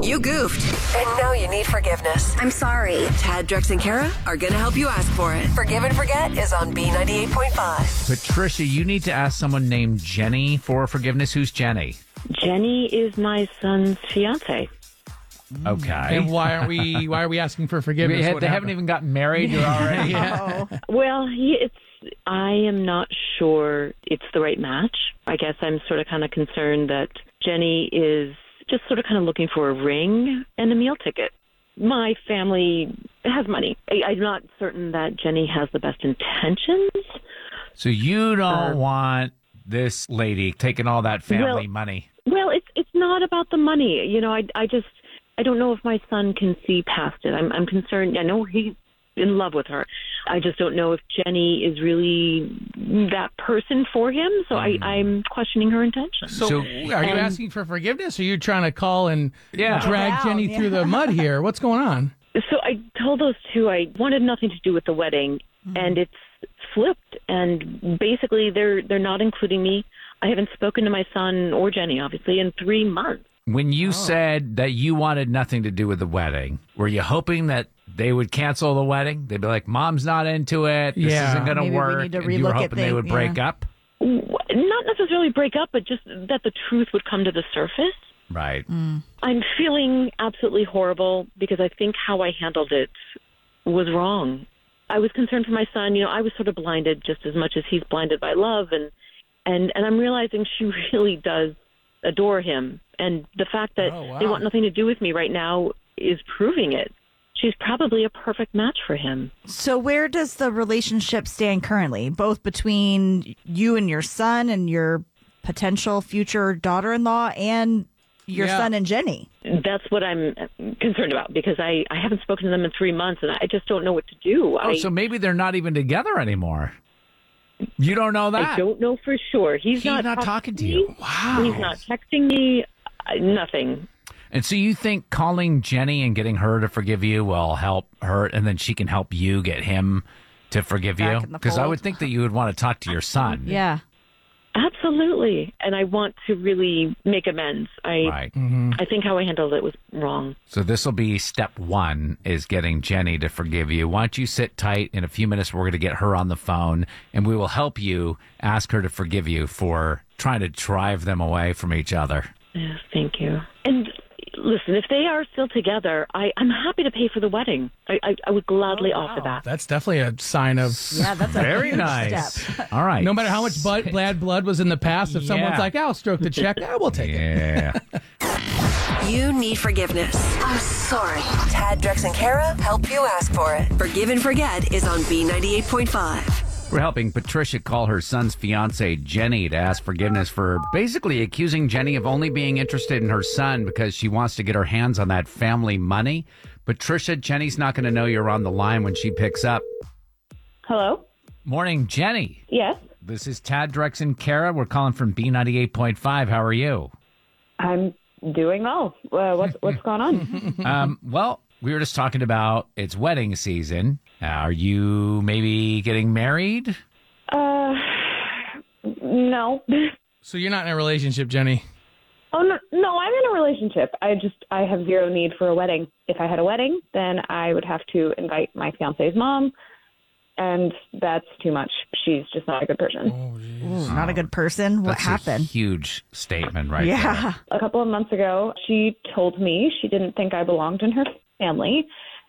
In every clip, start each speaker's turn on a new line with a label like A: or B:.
A: You goofed.
B: And now you need forgiveness.
A: I'm sorry. Tad, Drex, and Kara are going to help you ask for it.
B: Forgive and Forget is on B98.5.
C: Patricia, you need to ask someone named Jenny for forgiveness. Who's Jenny?
D: Jenny is my son's fiance.
C: Okay.
E: And why aren't we? Why are we asking for forgiveness?
C: We had-
E: What
C: Hmm. they haven't
E: happened?
C: even gotten married. You're already.
D: Well, he, it's I am not sure it's the right match. I guess I'm sort of kind of concerned that Jenny is just sort of kind of looking for a ring and a meal ticket. My family has money. I, I'm not certain that Jenny has the best intentions.
C: So you don't want this lady taking all that family
D: Well-
C: money.
D: Well, it's it's not about the money. You know, I I just I don't know if my son can see past it. I'm I'm concerned. I know he's in love with her. I just don't know if Jenny is really that person for him. So I I'm questioning her intentions.
E: So, um,
C: So-
E: are you asking for forgiveness, or you trying to call and
C: Yeah.
E: drag Jenny through the mud here? What's going on?
D: So I told those two I wanted nothing to do with the wedding, and it's flipped. And basically, they're they're not including me. I haven't spoken to my son or Jenny, obviously, in three months.
C: When
F: oh.
C: you said that you wanted nothing to do with the wedding, were you hoping that they would cancel the wedding? They'd be like, "Mom's not into it. This
E: Yeah.
C: isn't going to
F: Maybe we
C: work."
F: need to
C: and you were
F: relook at
C: hoping they
F: thing-
C: would break
F: yeah.
C: up,
D: W- Not necessarily break up, but just that the truth would come to the surface.
C: right?
F: Mm.
D: I'm feeling absolutely horrible because I think how I handled it was wrong. I was concerned for my son. You know, I was sort of blinded just as much as he's blinded by love, and and and I'm realizing she really does adore him, and the fact that
E: Oh, wow.
D: they want nothing to do with me right now is proving it. She's probably a perfect match for him.
F: So where does the relationship stand currently, both between you and your son and your potential future daughter-in-law and your
E: Yeah.
F: son and Jenny?
D: That's what I'm concerned about because I I haven't spoken to them in three months, and I just don't know what to do.
C: Oh,
D: I,
C: so maybe they're not even together anymore. You don't know that.
D: I don't know for sure. He's
C: He's not, talking to you. Wow.
D: He's not texting me. uh, Nothing.
C: And so you think calling Jenny and getting her to forgive you will help her, and then she can help you get him to forgive
F: Back
C: you?
F: in the
C: Because I
F: fold.
C: would think that you would want to talk to your son.
F: Yeah.
D: Absolutely. And I want to really make amends. I
C: Right.
F: Mm-hmm.
D: I think how I handled it was wrong.
C: So this will be step one is getting Jenny to forgive you. Why don't you sit tight? In a few minutes, we're going to get her on the phone, and we will help you ask her to forgive you for trying to drive them away from each other.
D: Yeah, thank you. And listen, if they are still together, I, I'm happy to pay for the wedding. I, I, I would gladly
C: Oh,
D: offer that.
E: That's definitely a sign of.
F: Yeah, that's a
C: Very
F: huge
C: nice.
F: step.
C: All right.
E: No matter how much blood, bad blood was in the past, if
C: Yeah.
E: someone's like, "I'll stroke the check," I will take it.
C: Yeah.
A: You need forgiveness.
B: I'm sorry. Tad, Drex, and Kara help you ask for it.
A: Forgive and Forget is on B98.5.
C: We're helping Patricia call her son's fiance Jenny to ask forgiveness for basically accusing Jenny of only being interested in her son because she wants to get her hands on that family money. Patricia, Jenny's not going to know you're on the line when she picks up.
D: Hello?
C: Morning, Jenny.
D: Yes?
C: This is Tad Drex and Kara. We're calling from B98.5. How are you?
D: I'm doing well. Uh, what's, what's going on?
C: um, well, we were just talking about it's wedding season. Are you maybe getting married?
D: Uh, no.
E: So you're not in a relationship, Jenny.
D: Oh, no, no, I'm in a relationship. I just, I have zero need for a wedding. If I had a wedding, then I would have to invite my fiance's mom, and that's too much. She's just not a good person.
F: Ooh, not a good person. What
C: That's A
F: happened?
C: huge statement, right?
F: yeah.
C: there.
D: A couple of months ago, she told me she didn't think I belonged in her family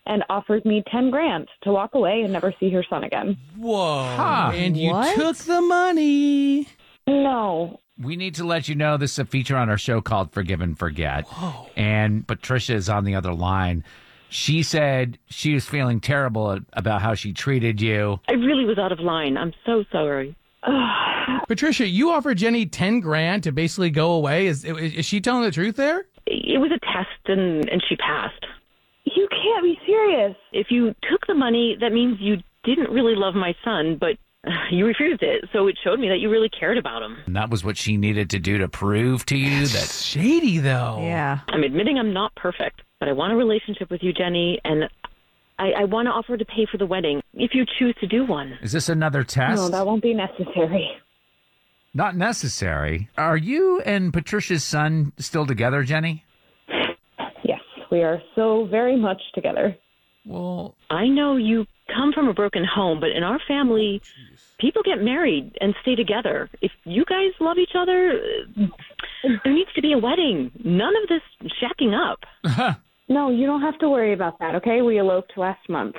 D: and offered me 10 grand to walk away and never see her son again.
E: Whoa!
C: Huh.
E: And you
F: What?
E: took the money.
D: No.
C: We need to let you know this is a feature on our show called Forgive and Forget. And Patricia is on the other line. She said she was feeling terrible about how she treated you.
D: I really was out of line. I'm so sorry.
E: Patricia, you offered Jenny ten grand to basically go away. Is is she telling the truth there?
D: It was a test, and, and she passed. You can't be serious. If you took the money, that means you didn't really love my son, but you refused it. So it showed me that you really cared about him.
C: And that was what she needed to do to prove to you that
E: shady though.
F: Yeah.
D: I'm admitting I'm not perfect, but I want a relationship with you, Jenny, and I, I want to offer to pay for the wedding if you choose to do one.
C: is this another test?
D: won't be necessary.
C: Not necessary. Are you and Patricia's son still together, Jenny?
D: Yes. We are so very much together.
E: Well,
G: I know you come from a broken home, but in our family, people get married and stay together. If you guys love each other, uh, there needs to be a wedding. None of this shacking up.
D: No, you don't have to worry about that, okay? We eloped last month.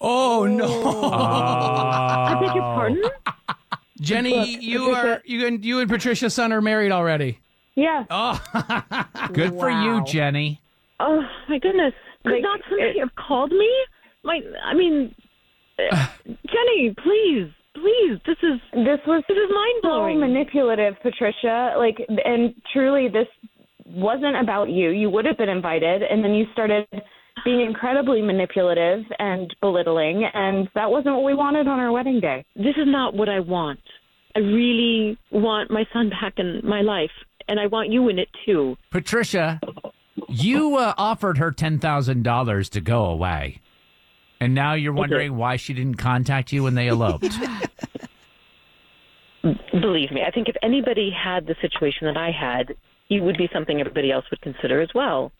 E: oh no,
G: I beg your pardon?
E: Jenny, you are you and you and Patricia Sun are married already.
D: Yes.
C: Good for you,
D: Wow.
C: Jenny.
G: Oh my goodness! Could
D: Like,
G: not somebody
D: it-
G: have called me? My, I mean, uh, Jenny, please, please. This is
D: This was
G: this is mind
D: so
G: blowing.
D: manipulative, Patricia. Like, and truly, this wasn't about you. You would have been invited, and then you started being incredibly manipulative and belittling, and that wasn't what we wanted on our wedding day.
G: this is not what I want. I really want my son back in my life, and I want you in it too.
C: Patricia, you uh, offered her $10,000 to go away. And now you're wondering why she didn't contact you when they eloped.
G: Believe me, I think if anybody had the situation that I had, it would be something everybody else would consider as well.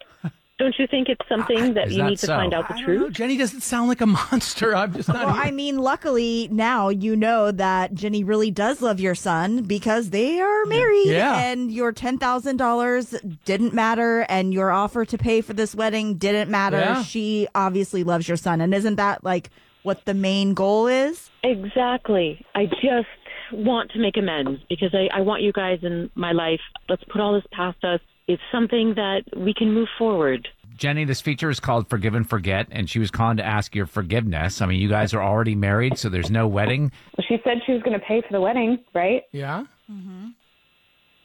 G: Don't you think it's something that
C: Is
G: you
C: that
G: need to
C: so?
G: find out the
E: I don't know.
G: truth?
E: Jenny doesn't sound like a monster. I'm just not.
F: Well, I mean, luckily now you know that Jenny really does love your son because they are married,
E: Yeah.
F: and your ten thousand dollars didn't matter, and your offer to pay for this wedding didn't matter.
E: Yeah.
F: She obviously loves your son, and isn't that like what the main goal is?
G: Exactly. I just want to make amends because I, I want you guys in my life. Let's put all this past us. It's something that we can move forward.
C: Jenny, this feature is called Forgive and Forget, and she was calling to ask your forgiveness. I mean, you guys are already married, so there's no wedding.
D: She said she was going to pay for the wedding, right?
E: yeah.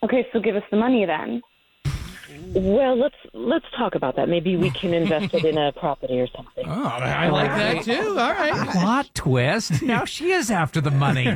D: Okay, so give us the money then.
G: Well, let's let's talk about that. Maybe we can invest it in a property or something.
E: Oh, I like that too. All right.
C: Plot twist. Now she is after the money.